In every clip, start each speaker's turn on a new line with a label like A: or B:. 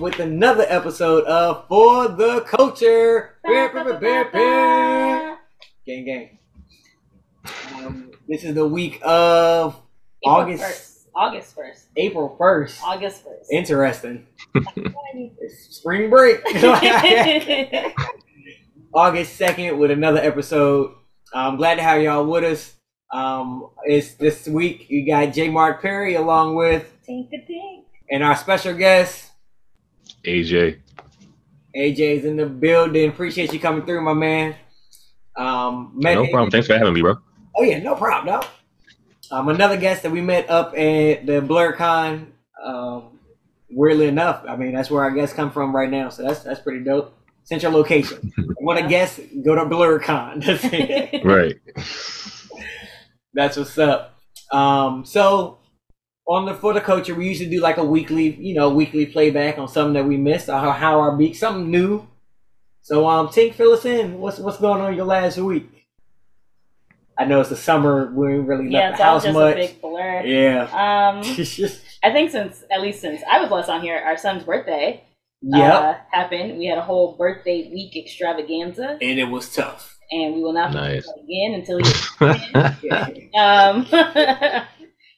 A: with another episode of For the Culture. Bear, bear, bear, bear. Gang, gang. Um, this is the week of
B: April
A: August.
B: 1st. August 1st.
A: April 1st.
B: August 1st.
A: Interesting. It's spring break. August 2nd with another episode. I'm glad to have y'all with us. Um, it's this week you got J. Mark Perry along with
B: Tink a tink.
A: and our special guest
C: AJ.
A: AJ's in the building. Appreciate you coming through, my man. Um, met
C: No problem. Thanks for having me, bro.
A: Oh yeah, no problem. No. Um, another guest that we met up at the BlurCon. Um, weirdly enough, I mean that's where our guests come from right now, so that's that's pretty dope. Central location. Want to
B: Yeah.
A: guess? Go to BlurCon. That's it.
C: Right.
A: That's what's up. Um, so on the for the culture, we usually do like a weekly, you know, weekly playback on something that we missed or how, how our week, something new. So um, Tink, fill us in. What's what's going on your last week? I know it's the summer. We ain't really left
B: yeah, it's
A: the
B: all
A: house
B: just
A: much.
B: a big blur.
A: yeah.
B: Um,
A: yep.
B: I think since, at least since I was last on here, our son's birthday uh, happened. We had a whole birthday week extravaganza,
A: and it was tough.
B: and we will not
C: Nice.
B: do that again until he Um,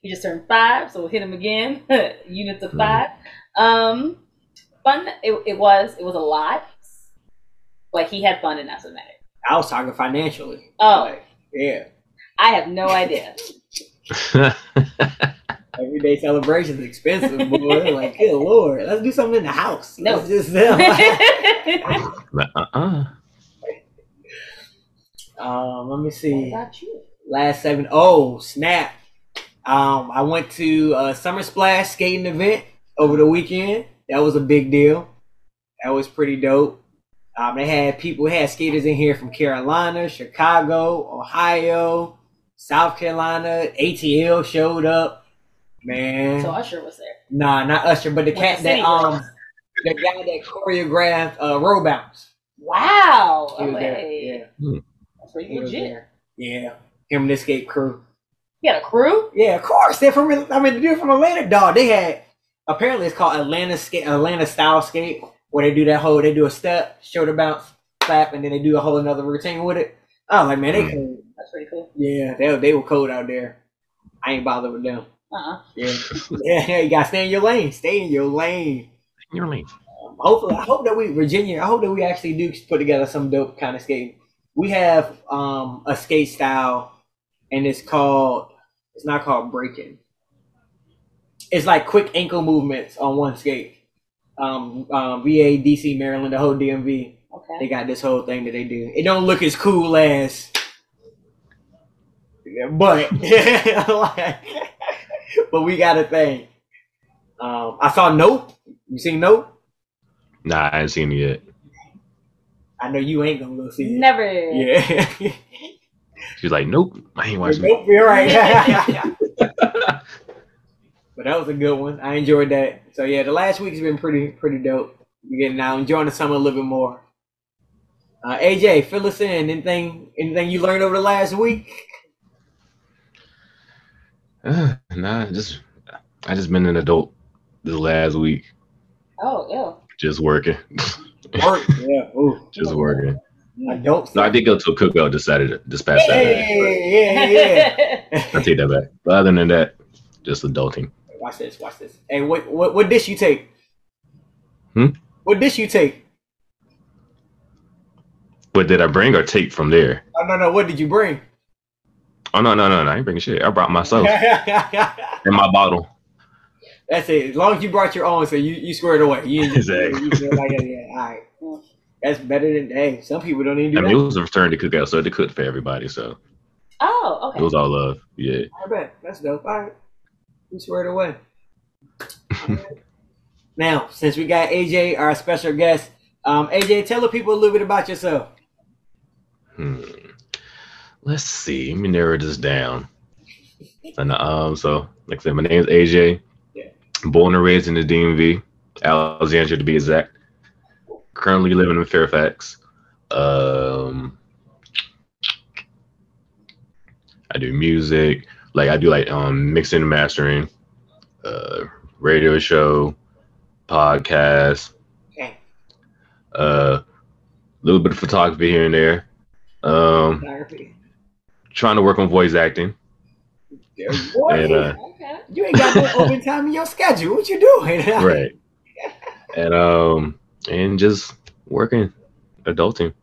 B: he just turned five, so we'll hit him again. Units of
A: Mm-hmm.
C: Mhm.
B: five. Um, fun. It, it was. It was a lot, but he had fun, and that's what mattered.
A: I was talking financially.
B: Oh.
A: Like, yeah.
B: I have no idea.
A: Everyday celebrations expensive, boy. like, good lord, let's do something in the house.
B: No.
A: Let's just like,
B: what
C: uh-uh.
A: Um, let me see.
B: about you?
A: Last seven. Oh, snap. Um, I went to a Summer Splash skating event over the weekend. That was a big deal. That was pretty dope. Um, they had people had skaters in here from Carolina, Chicago, Ohio, South Carolina. ATL showed up. Man,
B: So Usher was there.
A: nah, not Usher, but the
B: With
A: cat
B: the
A: that
B: city
A: um,
B: girls.
A: the guy that choreographed uh, row bounce.
B: Wow.
A: He was there.
B: Hey,
A: Yeah,
B: That's pretty
A: he was
B: legit.
A: there. Yeah, him and the skate crew.
B: He had a crew.
A: Yeah, of course. They're from I mean they're from Atlanta, dog. They had apparently it's called Atlanta skate Atlanta style skate where they do that whole they do a step, shoulder bounce, clap, and then they do a whole another routine with it. I was like, man, they cool.
B: That's pretty cool.
A: Yeah, they they were cold out there. I ain't bothered with them.
B: Uh-uh.
A: Yeah. yeah, yeah, you gotta stay in your lane. Stay in your lane.
C: You're late.
A: Um, hopefully I hope that we Virginia, I hope that we actually do put together some dope kind of skating. We have um a skate style and it's called it's not called breaking. It's like quick ankle movements on one skate. Um, um VA, DC, Maryland, the whole DMV. They
B: Okay.
A: got this whole thing that they do. It don't look as cool as Yeah, but like, but we got a thing. Um I saw Nope. You seen Nope?
C: Nah, I ain't seen it yet.
A: I know you ain't gonna go see it.
B: Never.
A: Yeah.
C: She's like, nope, I ain't watching it.
A: nope, you're right. but that was a good one. I enjoyed that. So yeah, the last week's been pretty pretty dope. You're getting now enjoying the summer a little bit more. Uh, AJ, fill us in. Anything anything you learned over the last week?
C: Uh, nah, just I just been an adult this last week,
B: Oh, ew.
C: just working,
A: Work. yeah. Ooh.
C: just working.
A: Adults.
C: No, I did go to a cookout this Saturday, this past Saturday.
A: Hey, yeah, yeah,
C: but I
A: yeah.
C: take that back. But other than that, just adulting.
A: watch this, watch this. Hey, what what what dish you take?
C: Hmm?
A: What dish you take?
C: But did I bring or take from there?
A: Oh no no, what did you bring?
C: Oh no, no, no, no! I ain't bringing shit. I brought myself and my bottle.
A: That's it. As long as you brought your own, so you you squared away. You,
C: Exactly.
A: you feel like, yeah, yeah, all right. That's better than hey. Some people don't even do
C: I mean,
A: that.
C: it was a return to cookout, so they cooked for everybody. So
B: Oh,
C: it
B: okay.
C: was all love. Yeah.
A: I bet that's dope. All right, you squared away. now, since we got AJ, our special guest, um, AJ, tell the people a little bit about yourself.
C: Hmm. Let's see. Let me narrow this down. And um, so like I said, my name is AJ.
A: Yeah.
C: Born and raised in the DMV, Alexandria to be exact. Currently living in Fairfax. Um, I do music. Like I do like um mixing and mastering, uh, radio show, podcast, A uh, little bit of photography here and there. Um,
A: Photography.
C: trying to work on voice acting.
A: Yeah, boy,
C: And, uh,
B: Okay.
A: you ain't got no open time in your schedule. What you doing?
C: Right. and um, and just working, adulting.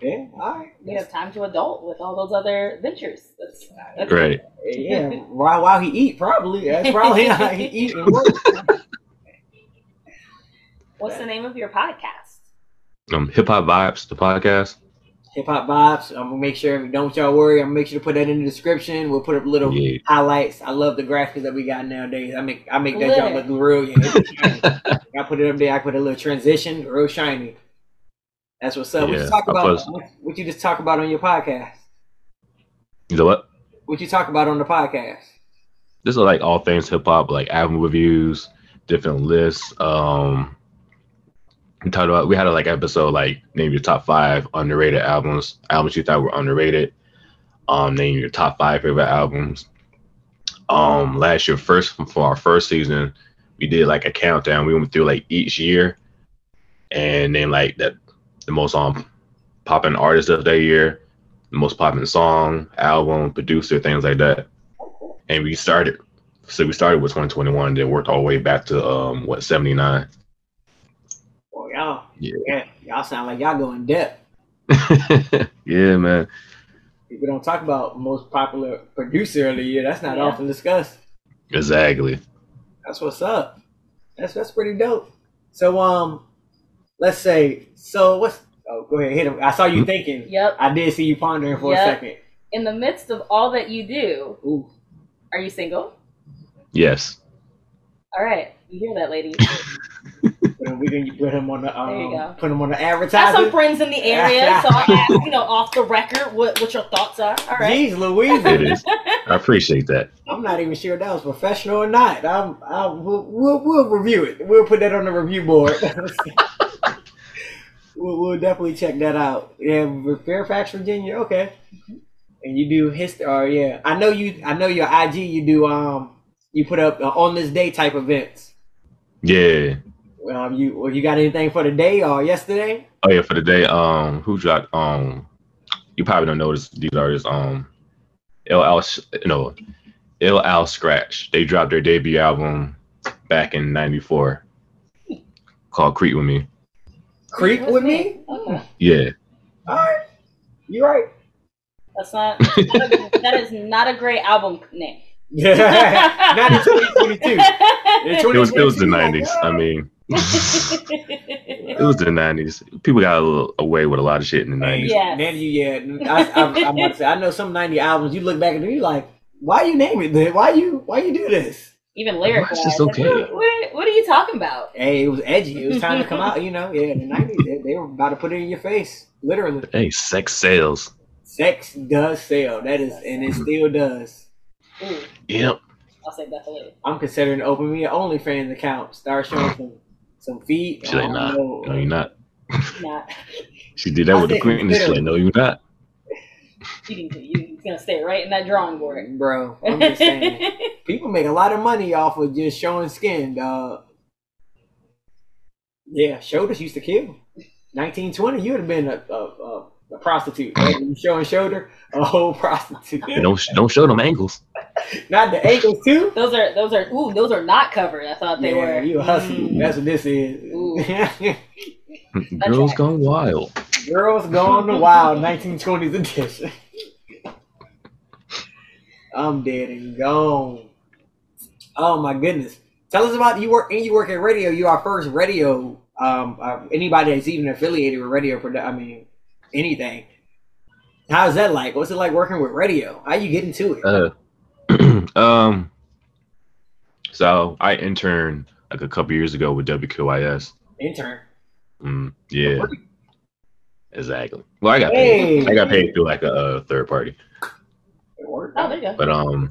A: Yeah, all right.
B: We have time to adult with all those other ventures. That's, that's
C: Right.
A: Yeah, while while he eat, probably that's probably how he eat and work.
B: What's the name of your podcast?
C: Um, hip hop vibes, the podcast.
A: Hip hop vibes. I'm gonna make sure. Don't y'all worry. I'm gonna make sure to put that in the description. We'll put up little
C: Yeah.
A: highlights. I love the graphics that we got nowadays. I make I make that
B: Glitter.
A: y'all look real. Yeah, it's shiny. I put it up there. I put a little transition, real shiny. That's what's up. What
C: Yeah,
A: you talk
C: I
A: about?
C: post-
A: What, what you just talk about on your podcast?
C: You know what?
A: What you talk about on the podcast?
C: This is like all things hip hop, like album reviews, different lists. Um, we talked about we had a like episode like name your top five underrated albums, albums you thought were underrated. Um, name your top five favorite albums. Um, last year, first for our first season, we did like a countdown. We went through like each year, and then like that the most um popping artist of that year, the most popping song, album, producer, things like that and we started so we started with 2021 then worked all the way back to um what 79
A: Boy, y'all,
C: Yeah.
A: yeah, y'all sound like y'all go in depth.
C: yeah man
A: People don't talk about most popular producer of the year. That's not
B: Yeah.
A: often discussed.
C: exactly
A: That's what's up. That's that's pretty dope. So um, let's say so. What's oh go ahead hit him. I saw you thinking.
B: Yep.
A: I did see you pondering for
B: Yep.
A: a second.
B: In the midst of all that you do,
A: Ooh,
B: are you single?
C: yes
B: All right. You hear that, ladies?
A: but we can put him on the
B: There you go.
A: um, put him on the
B: Have some
A: advertisement.
B: friends in the area, so I ask, you know, off the record, what, what your thoughts are. All right.
A: Jeez, Louise,
C: it is i appreciate that
A: I'm not even sure if that was professional or not. I'm, i we'll, we'll, we'll review it. We'll put that on the review board. we'll, we'll definitely check that out. Yeah, with Fairfax, Virginia. Okay. And you do history. Or yeah, I know you. I know your IG. You do um. You put up uh, on this day type events.
C: yeah
A: Um, you or you got anything for the day or yesterday?
C: oh yeah for the day um who dropped um you probably don't notice these artists um ll Sh- no ill al scratch they dropped their debut album back in 94 called creep with me
A: Creep with me.
B: Okay.
C: yeah
A: All right. You right.
B: That's not, that is not a great album name.
A: Yeah. not in 2022.
C: it was it was the 90s i mean It was the nineties. People got a little away with a lot of shit in the nineties.
B: Yes.
A: Man, you yeah. I, I, I'm about to say, I know some '90 albums. You look back and you like, why you name it? That? Why you why you do this?
B: Even lyric wise.
C: That's just okay.
B: What, what, what are you talking about?
A: Hey, it was edgy. It was time to come out. You know, yeah. The '90s, they, they were about to put it in your face, literally.
C: Hey, sex sales.
A: Sex does sell. That is, and it still does.
B: Ooh,
C: Yep.
B: I'll save that for later.
A: I'm considering opening me an OnlyFans account. Start showing some some feet.
C: She like, nah,
A: know.
C: no, you're not.
B: Not
C: She did that
A: I
C: with the
A: said,
C: queen. and She like, no, you're not.
B: cheating to you. It's gonna stay right in that drawing board.
A: Bro, I'm just saying. People make a lot of money off of just showing skin, dog. Yeah, shoulders used to kill. 1920, you would have been a, a, a, a prostitute. Right? You showing shoulder, a whole prostitute.
C: Don't don't show them angles.
A: Not the ankles, too.
B: those are those are ooh, those are not covered. I thought they
A: yeah,
B: were. Mm.
A: you a hustler.
B: Mm-hmm.
A: That's what this
B: Ooh.
A: is.
C: Girls
B: right.
C: gone wild.
A: Girls Gone the Wild, 1920s edition. I'm dead and gone. Oh my goodness! Tell us about you work and you work at radio. You are first radio. Um, uh, anybody that's even affiliated with radio, produ- I mean, anything. How's that like? What's it like working with radio? How you getting to it?
C: Uh, um. So I interned like a couple years ago with WQIS.
A: Intern.
C: Mm, yeah. Exactly. Well, I got paid.
A: Hey.
C: I got paid through like a uh, third party.
A: It worked.
B: Oh, there you go.
C: But um,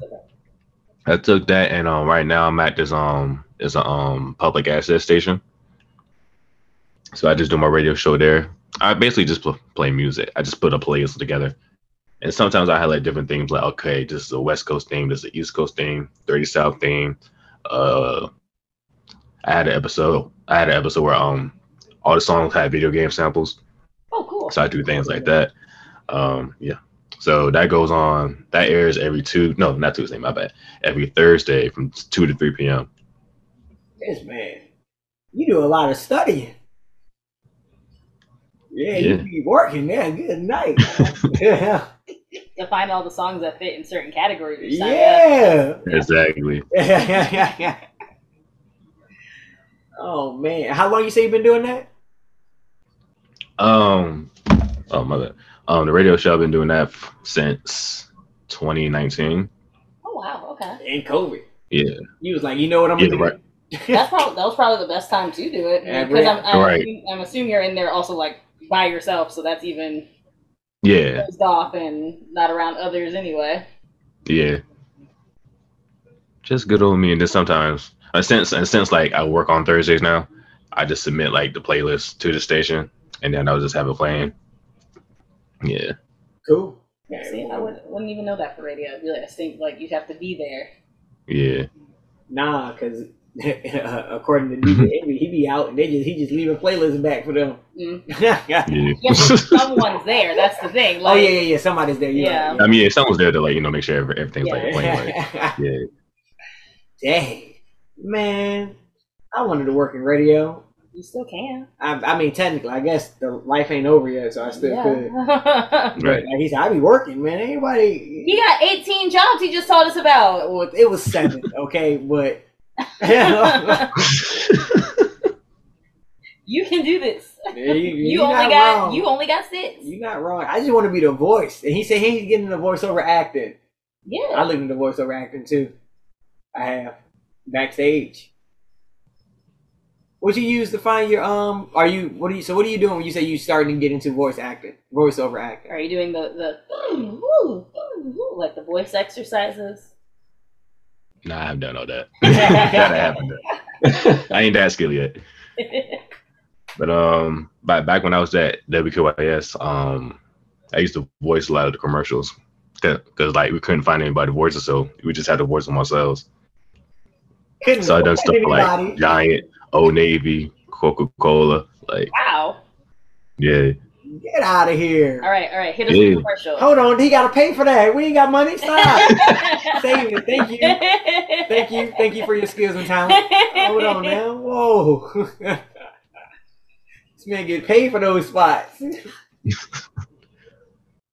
C: I took that, and um, right now I'm at this um, it's a um public access station. So I just do my radio show there. I basically just pl- play music. I just put a playlist together, and sometimes I highlight different things. Like okay, this is a West Coast theme, this is a East Coast theme, Dirty South theme. Uh, I had an episode. I had an episode where um, all the songs had video game samples.
B: Oh, cool.
C: So I do things like that. Um, yeah. So that goes on. That airs every two. No, not Tuesday. My bad. Every Thursday from two to three p.m.
A: Yes, man. You do a lot of studying. Yeah,
C: Yeah.
A: you be working, man. Good night. yeah.
B: To find all the songs that fit in certain categories. you sign up.
A: Yeah.
C: Exactly.
A: oh man. How long you say you've been doing that?
C: Um. Oh my bad. Um, the radio show I've been doing that f- since 2019.
B: Oh wow. Okay.
A: In COVID.
C: Yeah.
A: You was like, you know what I'm
C: Yeah,
A: gonna
C: right.
A: do?
B: That's probably that was probably the best time to do it
A: Yeah,
B: because I'm I'm,
C: Right.
B: assuming- I'm assuming you're in there also like by yourself, so that's even
C: Yeah.
B: closed off and not around others anyway.
C: Yeah. Just good old me. And then sometimes, and since and since like I work on Thursdays now, I just submit like the playlist to the station, and then I'll just have it playing. Yeah.
A: cool.
B: Yeah, see, I would, wouldn't even know that for radio. It'd be like a thing like you'd have to be there.
C: Yeah.
A: Nah, cause according to DJ Envy, he be out and they just he just leave a playlist back for them.
B: Mm.
A: yeah.
C: Yeah.
B: Yeah, someone's there. That's the thing.
A: Oh
B: Like,
A: yeah, yeah, yeah. Somebody's there.
B: Yeah.
C: I mean, if someone's there to like you know make sure every, everything's like playing. Like,
A: yeah.
C: yeah.
A: Dang, man, I wanted to work in radio.
B: you still can.
A: I, I mean, technically, I guess the life ain't over yet, so I still could.
B: yeah.
A: But,
C: Right.
A: Like he said, I be working, man. Anybody?
B: he got 18 jobs. He just told us about.
A: Well, it was seven, okay, but yeah,
B: You can do this.
A: you,
B: You
A: you're
B: only
A: not
B: got
A: wrong.
B: you only got six.
A: You're not wrong. I just want to be the voice, and he said he ain't getting the voice over acting. I
B: Yeah.
A: looked into voice over acting too. I have backstage. What you use to find your um? Are you what are you? So what are you doing when you say you starting to get into voice acting, voice over acting?
B: Are you doing the the ooh, ooh, ooh, like the voice exercises?
C: nah, I haven't done all that. that I haven't done. I ain't that skill yet. But um, back back when I was at WQYS, um, I used to voice a lot of the commercials because like we couldn't find anybody to voice it, so we just had to voice them ourselves.
A: Couldn't
C: So I done stuff
A: anybody.
C: like Giant, Old Navy, Coca Cola, like
B: wow.
C: yeah,
A: Get out of here.
B: All right, all right. Hit us
C: Yeah.
B: with a commercial.
A: Hold on, he gotta pay for that. We ain't got money. Stop. Save it. Thank you. Thank you. Thank you for your skills and talent. Hold on now. Whoa. this man get paid for those spots.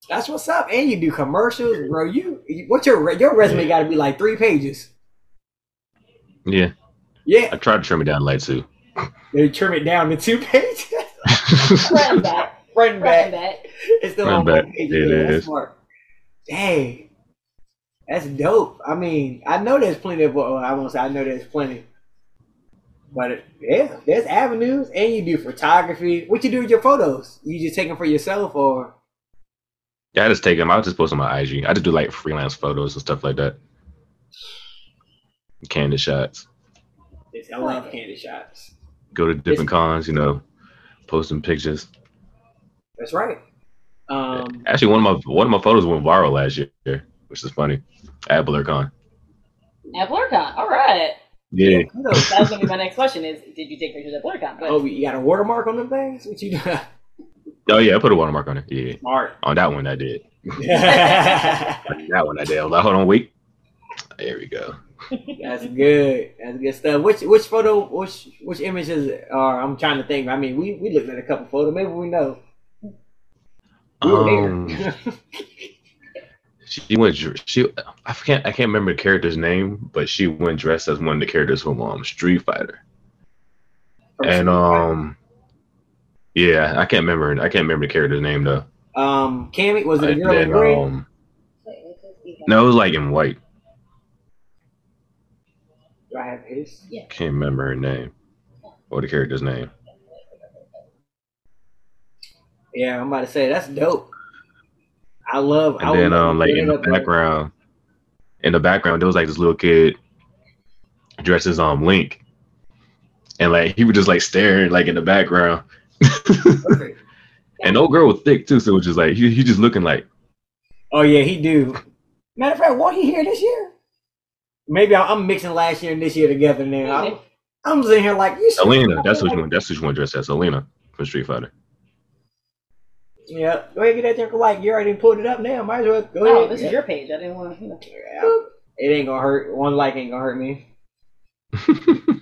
A: That's what's up. And you do commercials, bro. You what's your re- your resume got to be like three pages.
C: yeah.
A: Yeah,
C: I tried to trim it down light too.
A: they trim it down to two pages.
B: Run back.
A: Run
B: Run
A: back.
B: back.
A: It's still
C: Run
A: on
C: back.
A: one page.
C: It
A: Yeah, that's
C: is.
A: smart. Dang, that's dope. I mean, I know there's plenty of. Well, I won't say I know there's plenty, but it, yeah, there's avenues, and you do photography. What you do with your photos? You just take them for yourself, or
C: Yeah, I just take them. I just post on my IG. I just do like freelance photos and stuff like that. Candid shots.
A: it's, I love candy shots.
C: Go to different cons, you know, post some pictures.
A: That's right. Um,
C: Actually, one of my one of my photos went viral last year, which is funny. At BlurCon.
B: At BlurCon. All right.
C: Yeah.
A: kudos.
B: That was gonna be my next question: Is did you take pictures at BlurCon? But
A: Oh, you got a watermark on them things? What you do?
C: Oh yeah, I put a watermark on it. Yeah.
A: Smart.
C: On that one I did.
A: That's
C: On that one I did. I was like, hold on, wait. There we go.
A: good. That's good stuff. Which which photo? Which which images are? I'm trying to think. I mean, we we looked at a couple photos. Maybe we know. We were
C: Um,
A: there.
C: she went. dr- She. I can't. I can't remember the character's name, but she went dressed as one of the characters from um, Street Fighter. And um, yeah, I can't remember. I can't remember the character's name though.
A: um, Cammy was it a
C: And
A: girl in
C: then,
A: green?
C: um, no, it was like in white.
A: Do I have his?
C: Can't remember her name or the character's name.
A: Yeah, I'm about to say that's dope. I love. I
C: And then
A: would love
C: um
A: to
C: like
A: put
C: in
A: it
C: the
A: up there.
C: background in the background there was like this little kid dressed as um Link. And like he was just like staring like in the background.
A: Perfect.
C: And old girl was thick too, so it was just like he, he just looking like
A: Oh yeah, he do. Matter of fact, wasn't he here this year? Maybe I- I'm mixing last year and this year together now. I'm, I'm sitting here like you.
C: Oh, Selena. That's what you want that's what you want to dress as, Selena. from Street Fighter.
A: Yep. Go ahead and get that Joker like you already pulled it up now. Might as well go ahead.
B: Oh, this
A: Yeah.
B: is your page. I didn't want to.
A: Yeah. It ain't gonna hurt. One like ain't gonna hurt me.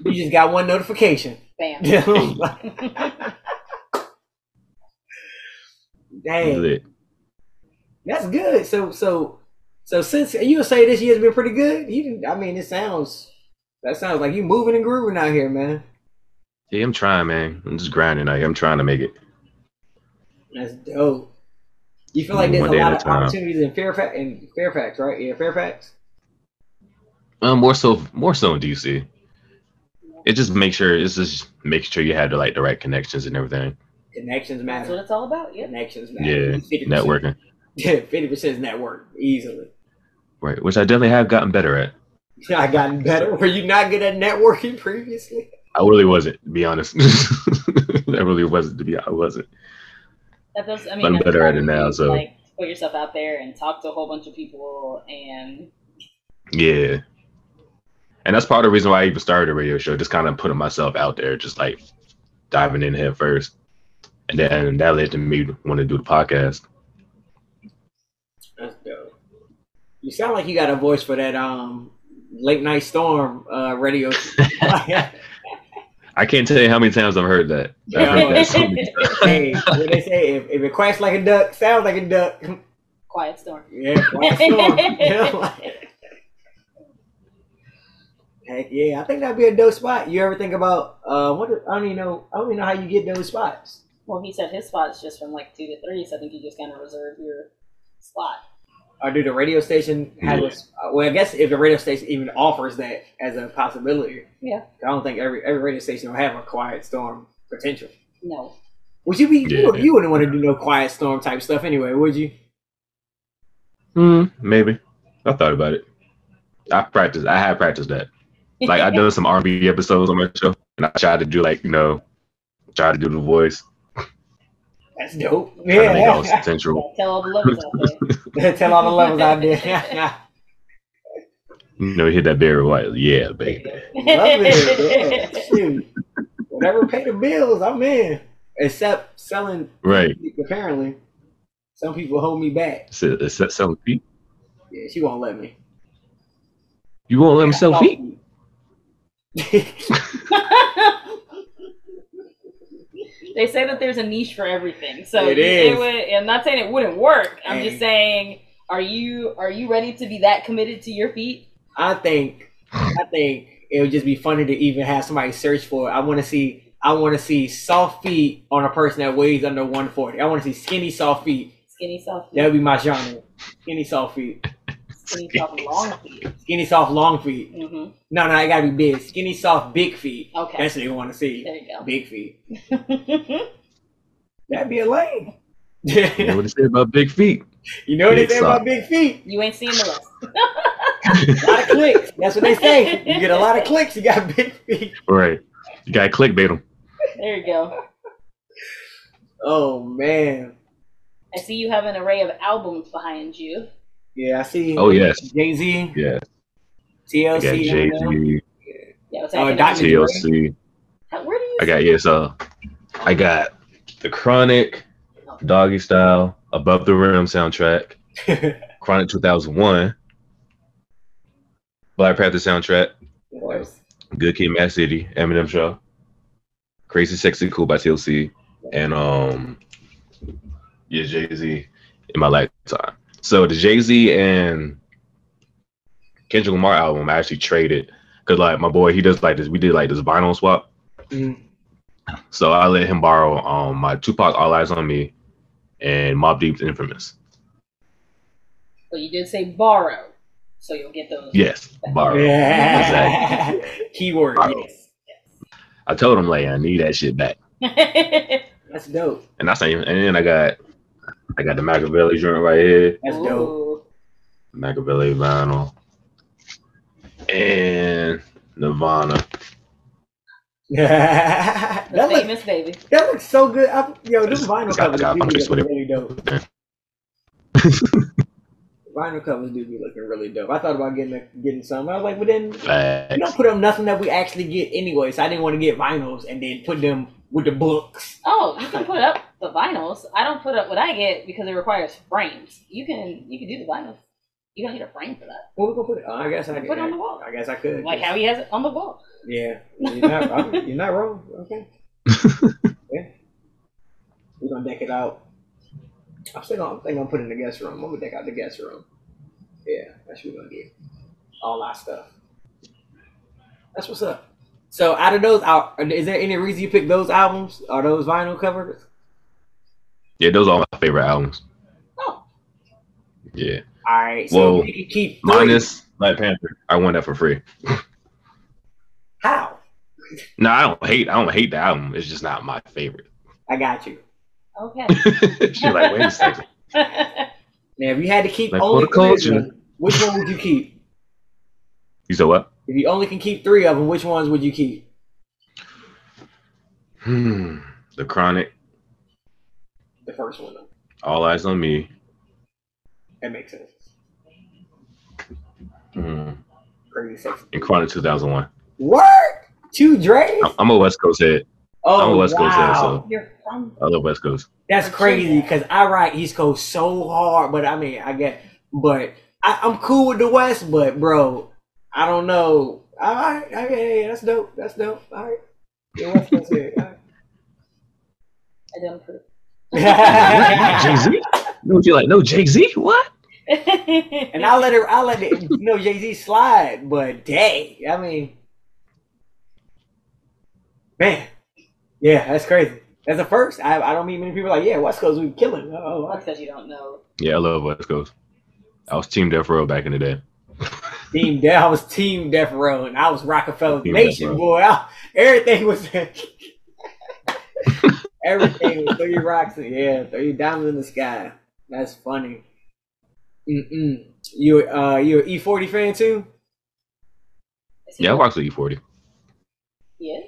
A: you just got one notification.
B: Bam.
A: Dang.
C: Lit.
A: That's good. So so so since you would say this year's been pretty good. You didn't- I mean it sounds that sounds like you moving and grooving out here, man.
C: Yeah, I'm trying, man. I'm just grinding. Like, I'm trying to make it.
A: That's dope. You feel like there's
C: One
A: a
C: day at
A: lot
C: a
A: of
C: time.
A: opportunities in Fairfax in Fairfax, right? Yeah, Fairfax.
C: Um, more so, more so in DC. It just makes sure it's just make sure you had the like the right connections and everything.
A: Connections
B: That's
A: matter.
B: what it's all about. Yeah.
A: Connections matter.
C: Yeah,
A: 50%.
C: networking.
A: Yeah, fifty percent is network easily.
C: Right, which I definitely have gotten better at.
A: I gotten better. Were you not good at networking previously?
C: I really wasn't, to be honest. I really wasn't. To be, I wasn't.
B: That does, I mean,
C: I'm
B: that's
C: better at it
B: why
C: now,
B: you,
C: so-
B: Like, put yourself out there and talk to a whole bunch of people and
C: Yeah. And that's part of the reason why I even started a radio show, just kind of putting myself out there, just like diving in head first. And then that led to me want to do the podcast.
A: That's dope. You sound like you got a voice for that um late night storm uh radio.
C: I can't tell you how many times I've heard that. I've heard that so many times.
A: hey, what they say? If, if it quacks like a duck, sounds like a duck.
B: quiet storm.
A: Yeah, quack a storm. Yeah, like- Heck yeah, I think that'd be a dope spot. You ever think about uh what? I don't even know. I don't even know how you get those spots.
B: Well, he said his spot's just from like two to three, so I think you just kind of reserve your slot.
A: Or do the radio station have
C: Yeah.
A: a, uh, well, I guess if the radio station even offers that as a possibility.
B: Yeah.
A: I don't think every every radio station will have a quiet storm potential.
B: No,
A: Would you be you,
C: Yeah.
A: you wouldn't want to do no quiet storm type stuff anyway, would you?
C: Hmm, maybe. I thought about it. I practiced. I had practiced that. Like I done some R&B episodes on my show, and I tried to do like you know, try to do the voice,
A: That's dope.
C: try to make it all
A: Yeah.
C: central.
B: tell all the lovers out there.
A: Tell all the lovers out there. Yeah.
C: You know, hit that barrier white. Yeah, baby.
A: Love it. Yeah. Shoot. Whatever pay the bills, I'm in. Except selling
C: Right.
A: apparently. Some people hold me back.
C: It's, it's that selling uh, feet.
A: Yeah, she won't let me.
C: You won't let him sell feet.
B: they say that there's a niche for everything. So
A: It
B: you-
A: is.
B: would, I'm not saying it wouldn't work. I'm
A: Hey.
B: just saying, are you are you ready to be that committed to your feet?
A: I think I think it would just be funny to even have somebody search for it. I want to see I want to see soft feet on a person that weighs under 140. I want to see skinny soft feet.
B: Skinny soft
A: That
B: feet,
A: would be my genre. Skinny soft feet.
B: skinny soft long feet.
A: Skinny soft long feet.
B: hmm
A: No, no, it gotta be big. Skinny soft big feet.
B: Okay.
A: That's what you want to see.
B: There you
A: Big feet.
B: go.
A: That'd be a lane. you
C: You know what they say about big feet?
A: know what they
C: Big
A: say about big feet?
B: you ain't seen the rest.
A: A lot of clicks. That's what they say. You get a lot of clicks, you got big feet.
C: Right. You gotta clickbait them.
B: There you go.
A: Oh man.
B: I see you have an array of albums behind you.
A: Yeah, I see.
C: Oh yes,
A: Jay Z,
C: yeah. I
A: TLC,
C: got Jay
A: Eminem.
C: Z,
B: Yeah, I was
A: Oh,
B: asking
A: Dr.
B: about-
C: TLC.
B: How- Where do you?
C: I got yes. Uh, I got the Chronic, Doggy Style, Above the Rim soundtrack, Chronic 2001, Black Panther soundtrack,
A: Of course.
C: Good Kid, Mad City, Eminem Show, Crazy Sexy Cool by TLC, and um, yeah, Jay Z in my lifetime. So the Jay Z and Kendrick Lamar album I actually traded because like my boy he does like this we did like this vinyl swap.
A: Mm.
C: So I let him borrow um my Tupac All Eyes on Me and Mob Deep's Infamous.
B: Well, you did say borrow, so you'll get those.
C: Yes, borrow.
A: Yeah.
C: Exactly.
A: Keyword.
C: Borrow.
A: Yes.
C: I told him like I need that shit back.
A: That's dope.
C: And that's not even and then I got I got the Machiavelli joint right here.
A: That's dope.
B: Ooh.
C: Machiavelli vinyl, and Nirvana.
A: that,
B: The
A: look,
B: famous baby.
A: that looks so good. I, yo, this vinyl
C: It's got-
A: cover is
C: got a bunch of
A: really,
C: sweater.
A: really dope. vinyl covers do be looking really dope. I thought about getting a, getting some. I was like, but then
C: Facts.
A: we don't put up nothing that we actually get anyway. So I didn't want to get vinyls and then put them with the books.
B: Oh, you can put up the vinyls. I don't put up what I get because it requires frames. You can you can do the vinyls. You don't need a frame for that.
A: What we gonna put? It? Oh, I guess I
B: Put
A: could.
B: it on the wall.
A: I guess I could.
B: Like how he has it on the wall.
A: Yeah, you're not, I'm- you're not wrong. Okay. yeah. We're gonna deck it out. I'm still gonna, I think I'm gonna put it in the guest room. I'm gonna deck out the guest room. Yeah, that's what we're gonna get. All our stuff. That's what's up. So out of those, out is there any reason you picked those albums? Are those vinyl covers?
C: Yeah, those are my favorite albums.
B: Oh.
C: Yeah.
A: All right. So
C: Well,
A: we can keep three.
C: Minus Black Panther. I won that for free.
A: How?
C: No, I don't hate I don't hate the album. It's just not my favorite.
A: I got you.
B: Okay.
C: She's like, wait a second.
A: Now, if you had to keep
C: Like,
A: only
C: what a
A: three of
C: culture.
A: them, which one would you keep?
C: You said what?
A: If you only can keep three of them, which ones would you keep?
C: Hmm. The Chronic,
A: The first one. Though.
C: All Eyes on Me.
A: That makes sense.
C: Hmm.
A: Crazy sexy.
C: And Chronic 2001.
A: What? Two Drakes?
C: I'm- I'm a West Coast head.
A: Oh,
C: I'm a West
A: wow.
C: Coast head, so
B: You're from
C: I love West Coast.
A: That's crazy
B: Virginia.
A: because I ride East Coast so hard, but I mean, I get, but I, I'm cool with the West, but bro, I don't know. All right, all right, yeah, yeah, that's dope. That's dope. All right. Yeah, West Coast head, all right.
B: I don't approve.
C: Jay Z? No, you like, no, Jay Z? What?
A: and I let her, I let it, you know, Jay Z slide, but dang, I mean, man, yeah, that's crazy. That's a first. I, I don't meet many people like, yeah, West Coast, we killing. Oh, all right.
B: because you don't know.
C: Yeah, I love West Coast. I was Team Death Row back in the day.
A: Team Death. I was Team Death Row, and I was Rockefeller
C: Team
A: Nation,
C: Death Row.
A: boy. I- everything was everything was thirty rocks. in- Yeah, thirty diamonds in the sky. That's funny. Mm-mm. You uh, you an E forty fan too?
B: Is he-
C: Yeah, I E rocked with E40.
B: Yeah.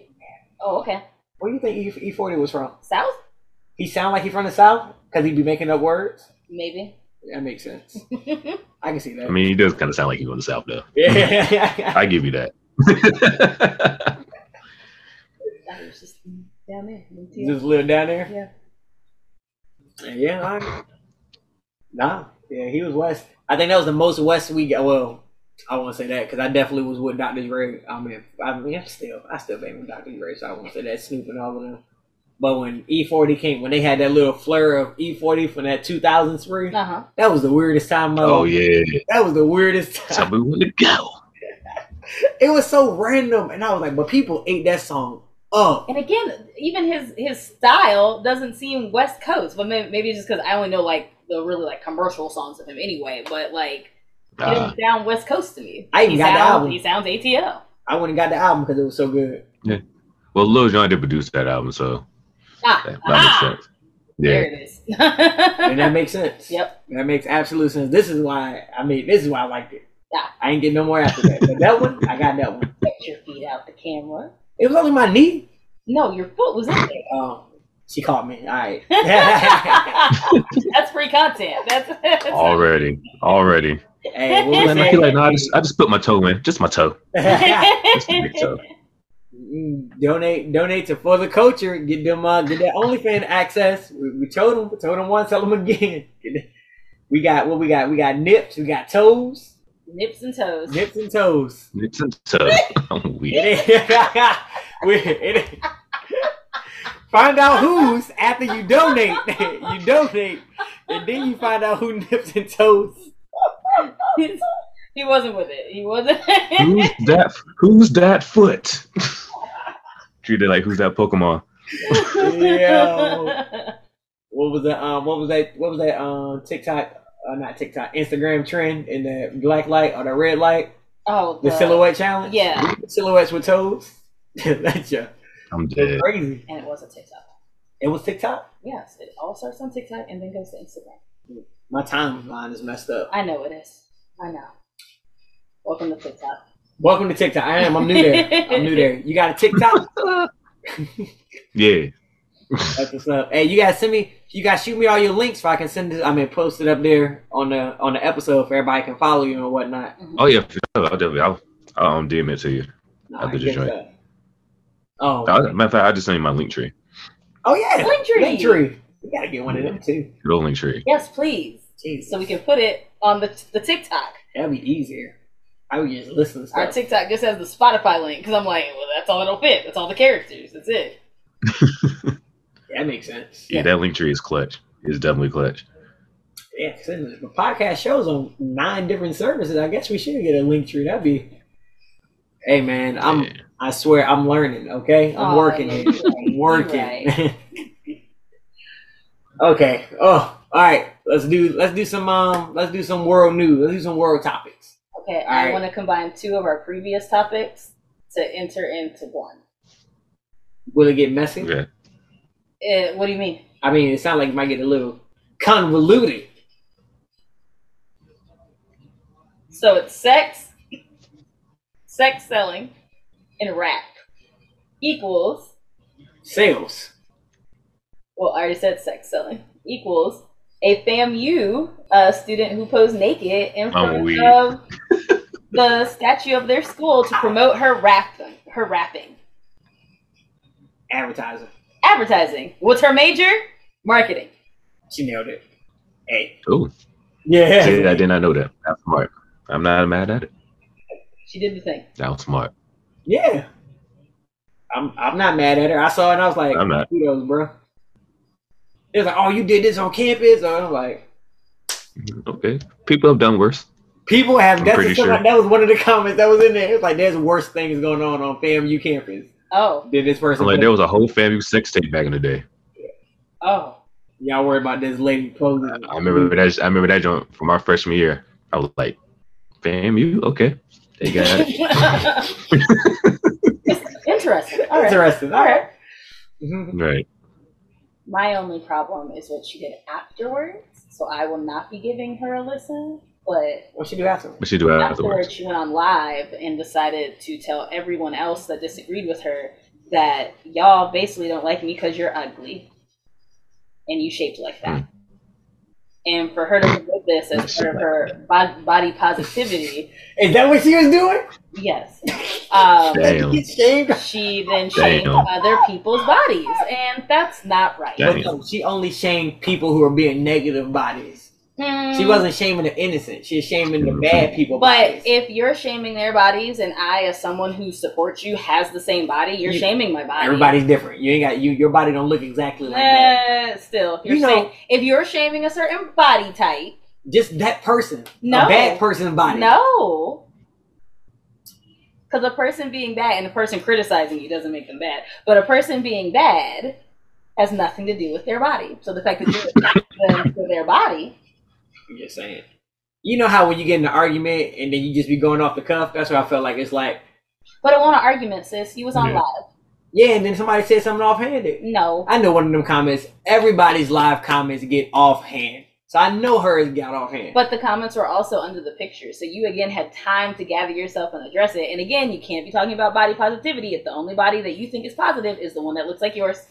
B: Oh, okay.
A: Where do you think E forty was from?
B: South?
A: He sound like he from the south because he be making up words.
B: Maybe.
A: That makes sense. I can see that.
C: I mean, he does kind of sound like he from the South, though.
A: yeah.
C: I give you that.
B: I was just down there. in T-
A: Just live down there.
B: Yeah.
A: Yeah, I, nah, yeah, he was West. I think that was the most West we got. Well, I won't say that because I definitely was with Dr. Dre. I mean, I mean, I'm still, I still bang with Dr. Dre, so I won't say that Snoop and all of them. But when E40 came, when they had that little flare of E40 from that 2000 spree,
B: Uh huh.
A: that was the weirdest time. Of my
C: oh,
A: life.
C: yeah.
A: that was the weirdest
C: Tell
A: time.
C: me when to go.
A: It was so random, and I was like, but people ate that song up.
B: And again, even his his style doesn't seem West Coast, but maybe, maybe it's just because I only know like the really like commercial songs of him anyway. But like, it
C: Uh,
B: doesn't sound West Coast to me.
A: I even
B: he
A: got the
B: sounds,
A: album.
B: He sounds ATL.
A: I went and got the album because it was so good.
C: well, Lil Jon did produce that album, so
B: Ah,
C: that, that
B: ah,
C: makes sense.
B: there
C: Yeah.
B: it is.
A: and that makes sense.
B: Yep.
A: that makes absolute sense. This is why I mean, this is why I liked it.
B: Yeah.
A: I ain't getting no more after that. But that one, I got that one.
B: Get your feet out the camera.
A: It was only my knee.
B: No, your foot was in there.
A: Um, she caught me. All right. hey,
B: That's free content. That's, that's
C: Already. Already.
A: what was
C: Like, I feel like, nah, I
A: that?
C: just, I just put my toe in. Just my toe. Just my big toe.
A: Mm, donate, donate to for the culture. Get them, uh, get that OnlyFans access. We, we told them, told them once, tell them again. Get that- We got what we got. We got nips. We got toes,
B: Nips and toes.
A: nips and toes.
C: It's a toe. I'm weak.
A: It is. We- it is. Find out who's after you donate. you donate, and then you find out who nips and toes.
B: he wasn't with it. He wasn't.
C: who's that? Who's that foot? Treated like who's that Pokemon?
B: Oh,
A: Yeah. What was that? Um, what was that? What was that? Um, TikTok, uh, not TikTok, Instagram trend in the black light or the red light,
B: Oh,
A: the silhouette challenge.
B: Yeah,
A: silhouettes with toes. That's just
C: I'm dead.
A: crazy.
B: and it was a TikTok.
A: It was TikTok.
B: Yes, it all starts on TikTok and then goes to Instagram.
A: My timeline is messed up.
B: I know it is. I know. Welcome to TikTok.
A: Welcome to TikTok. I am. I'm new there. I'm new there. You got a TikTok?
C: Yeah.
A: That's what's up. Hey, you guys send me you guys shoot me all your links so I can send it. I mean, post it up there on the on the episode for everybody can follow you and whatnot.
C: Oh yeah, for sure. I'll definitely. I'll, I'll um, DM it to you.
A: Nah,
C: After
A: I
C: the
A: guess,
C: joint.
A: uh, Oh,
C: I, matter of fact, I just sent you my link tree.
A: oh yeah,
B: Linktree.
A: Linktree. We gotta get one of them too.
C: Good old link tree.
B: Yes, please.
A: Jesus,
B: So we can put it on the the TikTok.
A: that'd be easier. I would just listen to
B: Our
A: stuff.
B: TikTok just has the Spotify link because I'm like, well, that's all that'll fit. That's all the characters. That's it.
A: that makes sense.
C: Yeah, that link tree is clutch. It's definitely clutch.
A: Yeah, 'cause since the podcast shows on nine different services, I guess we should get a link tree. That'd be. Hey man, I'm.
C: Yeah.
A: I swear, I'm learning. Okay, I'm
B: Oh,
A: working
B: you're
A: here. I'm working.
B: right.
A: okay. Oh, all right. Let's do. Let's do some. Um. Let's do some world news. Let's do some world topics.
B: Okay,
A: All
B: I
A: right.
B: want to combine two of our previous topics to enter into one.
A: Will it get messy?
C: Okay.
B: Eh, what do you mean?
A: I mean, it sounds like it might get a little convoluted.
B: So it's sex, sex selling, and rap equals.
A: Sales.
B: Well, I already said sex selling equals a FAMU uh, student who posed naked in front
C: weak.
B: of the statue of their school to promote her rapping. Her rapping,
A: Advertising.
B: advertising. What's her major? Marketing.
A: She nailed it. Hey.
C: Ooh,
A: Yeah.
C: see, I did not know that. That's smart. I'm not mad at it.
B: She did the thing.
C: That was smart.
A: Yeah. I'm I'm not mad at her. I saw it and I was like,
C: I'm not.
A: kudos, bro. It was like, oh, you did this on campus? And I'm like,
C: Okay, people have done worse.
A: people have.
C: I'm
A: That's
C: pretty
A: the stuff-
C: sure.
A: That was one of the comments that was in there. It was like, there's worse things going on on FAMU campus
B: Oh,
A: than this person.
C: Like there was a whole family sex tape back in the day.
B: oh.
A: Y'all worry about this lady posing.
C: I remember that. I remember that joint from our freshman year. I was like, "Fam, you okay?" They got it.
B: Interesting. All right.
A: Interesting.
B: All right.
A: Mhm.
C: right.
B: My only problem is what she did afterwards, so I will not be giving her a listen. But
A: What she do after?
C: What she do
B: afterwards,
C: afterwards?
B: she went on live and decided to tell everyone else that disagreed with her that y'all basically don't like me because you're ugly and you shaped like that. And for her to promote this as part of her bo- body positivity,
A: Is that what she was doing?
B: yes. Um,
C: Damn.
A: Get shamed.
B: she then shamed
C: Damn.
B: other people's bodies, and that's not right.
C: Damn.
A: But no, she only shamed people who are being negative bodies.
B: Hmm.
A: She wasn't shaming the innocent. She's shaming the bad people.
B: But
A: bodies.
B: if you're shaming their bodies, and I, as someone who supports you, has the same body, you're
A: You-
B: shaming my body.
A: Everybody's different. You ain't got you. Your body don't look exactly like that.
B: Eh, still, you're
A: You know-
B: saying if you're shaming a certain body type,
A: Just that person.
B: No.
A: A bad person's body.
B: no, because a person being bad and a person criticizing you doesn't make them bad, but a person being bad has nothing to do with their body. So the fact that you're attacking them for their body,
A: I'm just saying. You know how when you get in an argument and then you just be going off the cuff. That's what I felt like. It's like
B: but it won't an argument, sis. You was on
C: Yeah.
B: live.
A: yeah, and then somebody said something offhanded.
B: No,
A: I know one of them comments. Everybody's live comments get offhand. So I know hers got offhand.
B: But the comments were also under the picture, so you again had time to gather yourself and address it. And again, you can't be talking about body positivity if the only body that you think is positive is the one that looks like yours.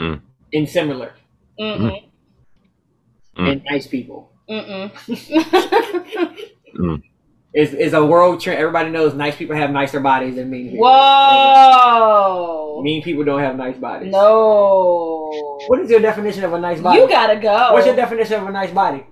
A: and similar.
B: Mm
C: Mm.
A: And nice people.
B: mm mm.
A: It's, it's a world trend. Everybody knows nice people have nicer bodies than mean people.
B: Whoa!
A: Mean people don't have nice bodies.
B: No.
A: What is your definition of a nice body?
B: You gotta go.
A: What's your definition of a nice body?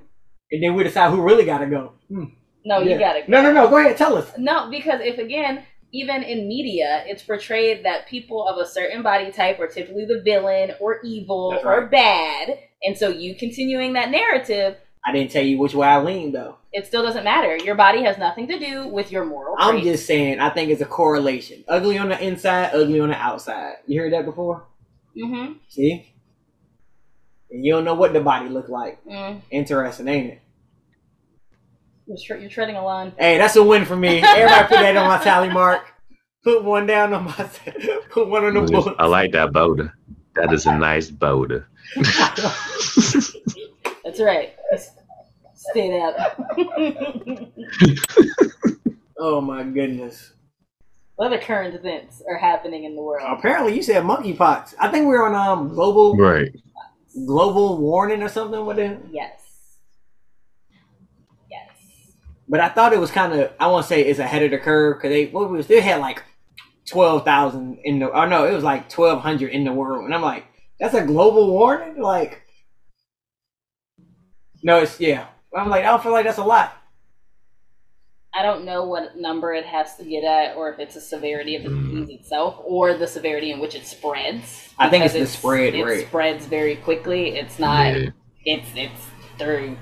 A: And then we decide who really gotta go. Hmm.
B: no, you
A: Yeah.
B: gotta go.
A: No, no, no. Go ahead, tell us.
B: No, because if again, even in media, it's portrayed that people of a certain body type are typically the villain or evil
A: That's
B: or
A: right.
B: bad. And so you continuing that narrative,
A: I didn't tell you which way I lean though.
B: it still doesn't matter. Your body has nothing to do with your moral.
A: I'm
B: traits.
A: just saying. I think it's a correlation. Ugly on the inside, ugly on the outside. You heard that before?
B: Mhm.
A: See? And you don't know what the body look like.
B: Mm.
A: Interesting, ain't it?
B: You're, tre- you're treading a line.
A: Hey, that's a win for me. Everybody put that on my tally mark. Put one down on my. Put one on the board.
C: I like that boda. That is a nice boda.
B: That's right. S- Stay up.
A: oh my goodness.
B: what other current events are happening in the world?
A: Apparently, you said monkeypox. I think we're on um global
C: right.
A: global warning or something with it.
B: Yes. Yes.
A: But I thought it was kind of I want to say it's ahead of the curve because they what was they had like twelve thousand in the oh no it was like twelve hundred in the world and I'm like that's a global warning like no it's yeah I'm like I don't feel like that's a lot
B: I don't know what number it has to get at, or if it's the severity of the
C: Mm.
B: disease itself, or the severity in which it spreads.
A: I think it's
B: because
A: the spread
B: It
A: rate.
B: spreads very quickly. It's not.
C: Yeah.
B: It's it's through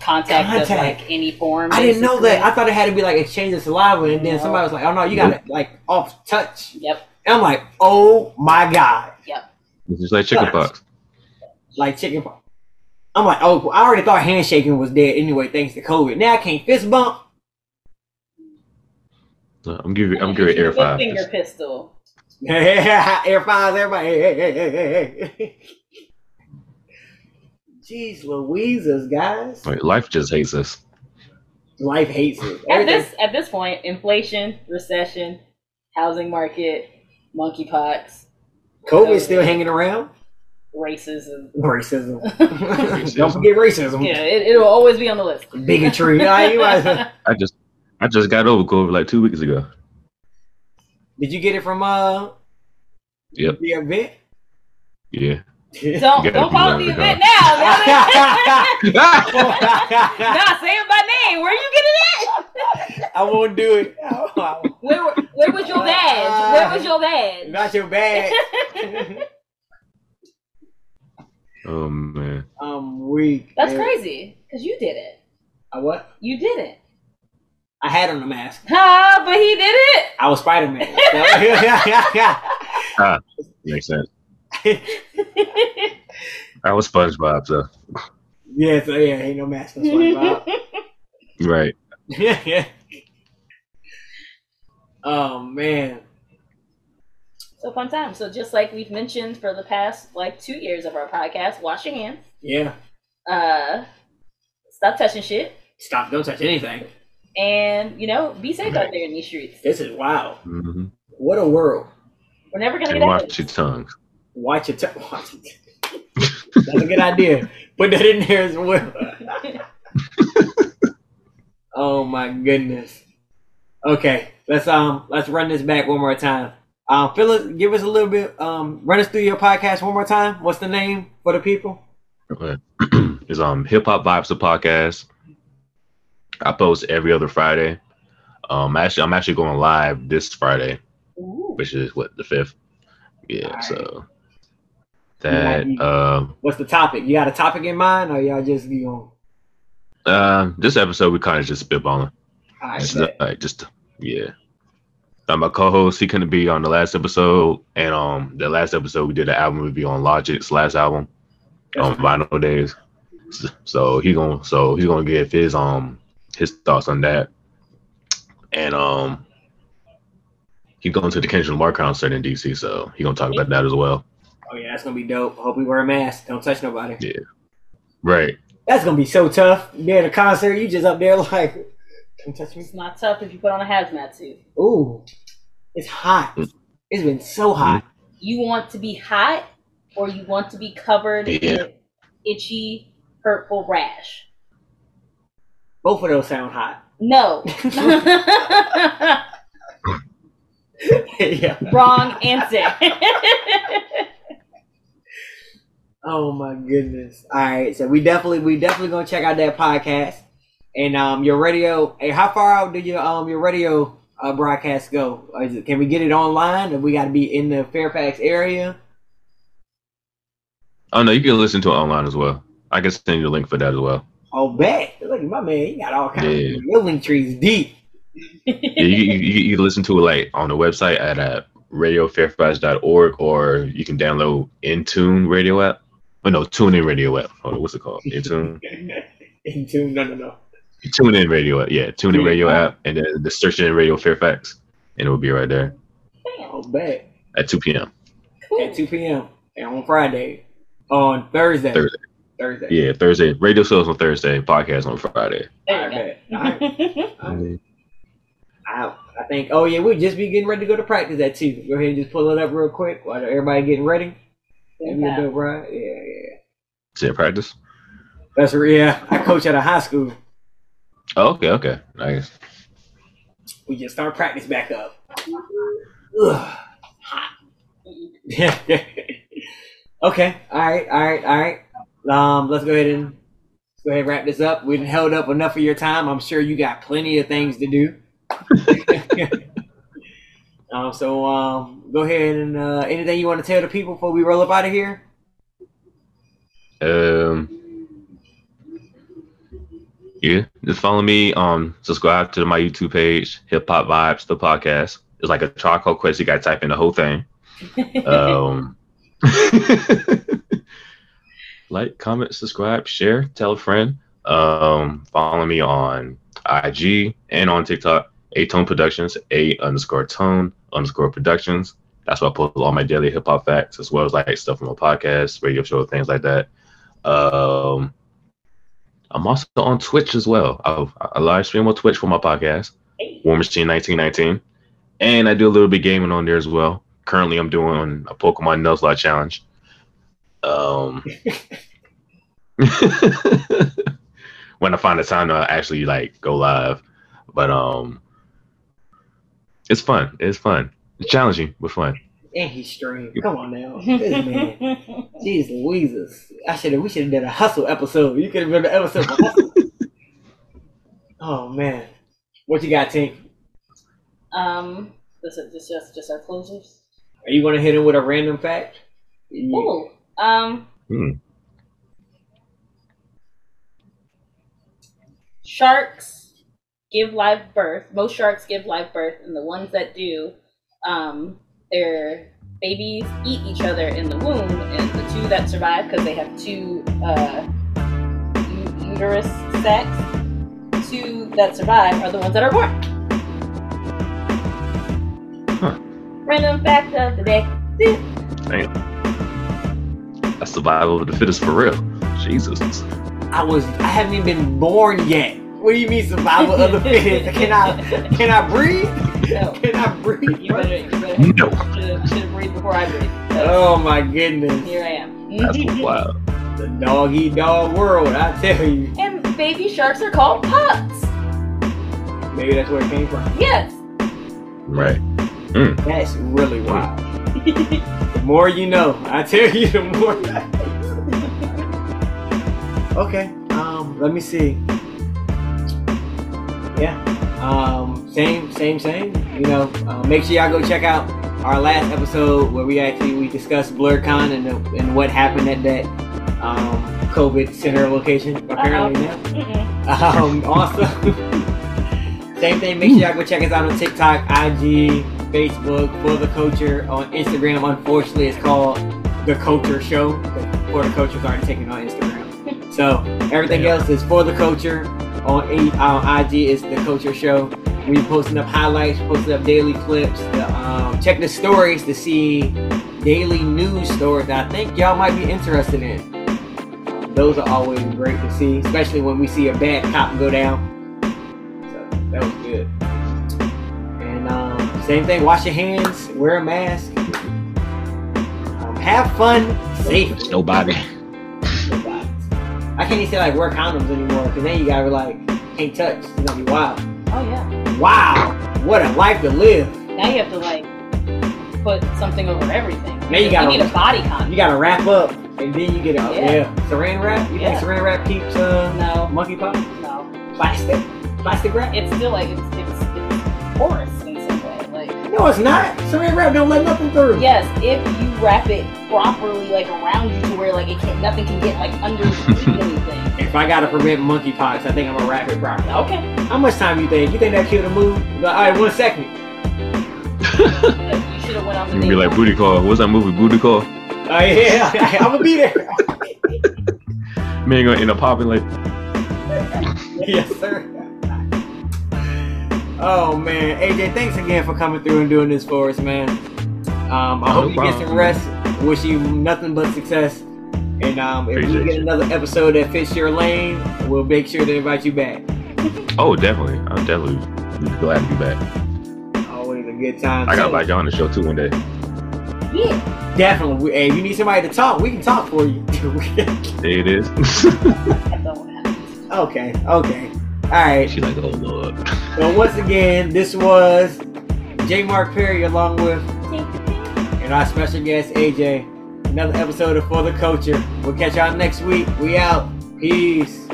B: contact, of
A: Contact.
B: like any form.
A: I didn't know that
B: basically.
A: I thought it had to be like exchange of saliva and then
B: No.
A: somebody was like oh no you got to like off touch
B: yep.
A: and I'm like oh my god
C: It's just like chickenpox.
A: like chicken pox. I'm like, oh, I already thought handshaking was dead anyway, thanks to COVID. Now I can't fist bump.
C: No, Uh, I'm giving I'm giving air
B: With
C: five.
B: Finger pistol.
A: Air fives, everybody. Hey, hey, hey, hey, hey, hey. Jeez, Louises, guys.
C: Like, life just hates us.
A: Life hates it.
B: At
A: Everything.
B: this at this point, inflation, recession, housing market, monkeypox,
A: COVID's still hanging around.
B: racism.
A: Racism. Don't forget racism.
B: Yeah, it, it'll always be on the list.
A: Bigotry. Nah, you might as well-
C: I just I just got over COVID like two weeks ago.
A: Did you get it from uh
C: Yep.
A: the event?
C: Yeah.
B: Don't
C: You gotta
B: don't
C: be
B: call it
C: willing
B: the
C: to
B: event now. now.
A: I
B: nah, say it by name. Where you getting it?
A: won't do it. I won't.
B: Where were- where was your badge? Where was your badge?
A: Not your bag.
C: oh man.
A: I'm weak.
B: That's
A: man.
B: crazy. Cause you did it.
A: I what?
B: You did it.
A: I had on a mask.
B: Ha! But he did it.
A: I was Spider Man. I
C: Makes sense. I was SpongeBob, so
A: Yeah, so yeah, ain't no mask. That's why.
C: right.
A: Yeah. oh man.
B: So fun time. So just like we've mentioned for the past like two years of our podcast, wash your hands.
A: Yeah.
B: Uh, stop touching shit,
A: Stop. Don't touch anything.
B: and you know, be safe out there in these streets.
A: This is wow.
C: hmm
A: What a world.
B: We're never gonna
C: And
B: get out of
C: watch
B: this.
C: your tongues.
A: Watch it. Watch it. That's a good idea. Put that in there as well. oh my goodness. Okay, let's um let's run this back one more time. Um, Phyllis, give us a little bit. Um, run us through your podcast one more time. What's the name for the people?
C: is um Hip Hop Vibes the podcast. I post every other Friday. Um, actually, I'm actually going live this Friday,
B: Ooh.
C: which is what the fifth. Yeah,
A: Alright.
C: so that
A: Might be-
C: um
A: What's the topic? You got a topic in mind, or y'all just you know?
C: uh, this episode we kind of just spitballing.
A: All right,
C: Just, like, just yeah. Uh, my co-host, he couldn't be on the last episode, and um, the last episode we did an album review on Logic's last album. on vinyl days. S- So he gonna so he's gonna give his um his thoughts on that, and um he going to the Kendrick Lamar concert in DC, so he gonna talk about that as well.
A: oh yeah, that's gonna be dope. Hope we wear a mask. Don't touch nobody.
C: Right?
A: That's gonna be so tough. Being at a concert, you just up there like, don't touch me.
B: It's not tough if you put on a hazmat suit.
A: Ooh, it's hot.
C: Mm.
A: It's been so hot.
B: You want to be hot, or you want to be covered
C: Yeah.
B: in itchy, hurtful rash.
A: Both of those sound hot.
B: No.
A: yeah.
B: Wrong answer.
A: Oh my goodness. All right, so we definitely we definitely gonna check out that podcast and um your radio. Hey, how far out do your um your radio uh, broadcast go? Or Is it, can we get it online? Or we got to be in the Fairfax area?
C: Oh no, you can listen to it online as well. I can send you the link for that as well.
A: Oh, bet. Look at my man. He got all kinds.
C: Yeah.
A: Of, your link tree's deep.
C: Yeah, you, you, you, you can listen to it like on the website at uh, radiofairfax.org, or you can download Intune Radio app. Oh no, TuneIn Radio app. Hold on, what's it called? Intune.
A: In tune. No, no, no.
C: Tune in radio, yeah. Tune in
A: Yeah.
C: radio app, and then the search in radio Fairfax, and it will be right there
A: Oh, bet.
C: at 2 p.m.
A: At two p.m. and on Friday, on Thursday.
C: Thursday.
A: Thursday.
C: Yeah, Thursday radio shows on Thursday, podcast on Friday.
A: I
B: There
A: bet.
B: you
A: All
B: go.
A: right. I, I think. Oh yeah, we'll just be getting ready to go to practice at two. Go ahead and just pull it up real quick while everybody getting ready. That'd be a dope ride. Yeah, yeah.
C: Sit practice.
A: That's yeah. I coach at a high school.
C: Oh, okay, okay, nice.
A: We just start practice back up. Ugh. okay. All right. All right. All right. Um, let's go ahead and let's go ahead and wrap this up. We've held up enough of your time. I'm sure you got plenty of things to do. um, so um, go ahead and uh, anything you want to tell the people before we roll up out of here?
C: Um, yeah, just follow me. Um, subscribe to my YouTube page, Hip Hop Vibes, the podcast. It's like a charcoal quiz. You got to type in the whole thing. Um, like, comment, subscribe, share, tell a friend. Um, follow me on IG and on TikTok, A Tone Productions, A underscore Tone underscore Productions. That's where I post all my daily hip hop facts, as well as like stuff from my podcast, radio show, things like that. Um, I'm also on Twitch as well. I, I live stream on Twitch for my podcast, War Machine 1919, and I do a little bit gaming on there as well. Currently, I'm doing a Pokemon Nuzlocke challenge. Um, when I find the time to actually like go live, but um, it's fun. It's fun. It's challenging, but fun.
A: And he's streamed. Come on now, this man. Jeez Louises. I should have. We should have done a hustle episode. You could have done an episode. For hustle. oh man, what you got, Tink?
B: um, this is this just just our closers.
A: Are you gonna hit him with a random fact?
B: Ooh, um,
C: Hmm.
B: sharks give live birth. Most sharks give live birth, and the ones that do, um, their babies eat each other in the womb, and the two that survive because they have two uh, u- uterus sacs. Two that survive are the ones that are born.
C: Huh.
B: Random fact of the day.
C: That's survival of the fittest for real. Jesus.
A: I was. I haven't even been born yet. What do you mean survival of the fittest? Can I? Can I breathe?
B: No.
A: Can I breathe?
B: You better, you better
C: No.
B: should have breathed before I breathed. So,
A: Oh my goodness.
B: Here I am.
C: That's wild.
A: The dog eat dog world, I tell you.
B: And baby sharks are called pups.
A: Maybe that's where it came from.
B: Yes.
C: Right.
A: That's really wild. the more you know, I tell you, the more. okay. Um, let me see. Yeah. Um, same, same, same. You know, uh, make sure y'all go check out our last episode where we actually we discussed BlurCon and the, and what happened at that um, COVID center location. Apparently now.
B: Mm-mm.
A: Um, also, same thing. Make sure y'all go check us out on TikTok, IG, Facebook, For the Culture. On Instagram, unfortunately, it's called The Culture Show. For the Culture's already taken on Instagram. So everything
C: Yeah.
A: else is For the Culture. On, A- on IG is The Culture Show. We posting up highlights, posting up daily clips. The, um, check the stories to see daily news stories that I think y'all might be interested in those are always great to see, especially when we see a bad cop go down. So that was good. And um, same thing, wash your hands, wear a mask, um, have fun, safe.
C: Nobody.
A: I can't even say like wear condoms anymore, because then you gotta be like, can't touch. It's gonna be wild.
B: Oh yeah.
A: Wow, what a life to live.
B: Now you have to like put something over everything.
A: Now you gotta-
B: need a body condom.
A: You gotta wrap up, and then you get out.
B: Yeah.
A: Yeah. Saran wrap? You
B: Yeah.
A: think saran wrap keeps uh,
B: No,
A: monkeypox?
B: no.
A: Plastic? Plastic wrap?
B: It's still like it's it's, it's porous in some way. Like
A: No, it's not. Saran wrap don't let nothing through.
B: yes, if you wrap it properly, like around you to where like it can't nothing can get like under anything.
A: If I gotta prevent monkeypox, I think I'm gonna wrap it properly.
B: Okay.
A: How much time you think? You think that kid will move? Like, all right, one second.
B: You should have went on the
C: You
B: day
C: be like
B: one.
C: booty call. What's that movie? Booty call.
A: Oh yeah, I'm gonna be there.
C: Man gonna end up popping like
A: yes, sir. Oh man, AJ, thanks again for coming through and doing this for us, man. Um, I
C: No
A: hope you get some
C: problem.
A: rest. Wish you nothing but success. And um, if we
C: Appreciate
A: get
C: you.
A: another episode that fits your lane, we'll make sure to invite you back.
C: Oh definitely. I'm definitely glad to be back.
A: Always a good time.
C: I
A: So-
C: gotta buy y'all on the show too one day.
B: Yeah.
A: Definitely. We- Hey, if you need somebody to talk, we can talk for you.
C: There it is.
B: That don't happen.
A: okay, okay. All right.
C: she like, oh lord.
A: So once again, this was J. Mark Perry along with and our special guest AJ. Another episode of For the Culture. We'll catch y'all next week. We out. Peace.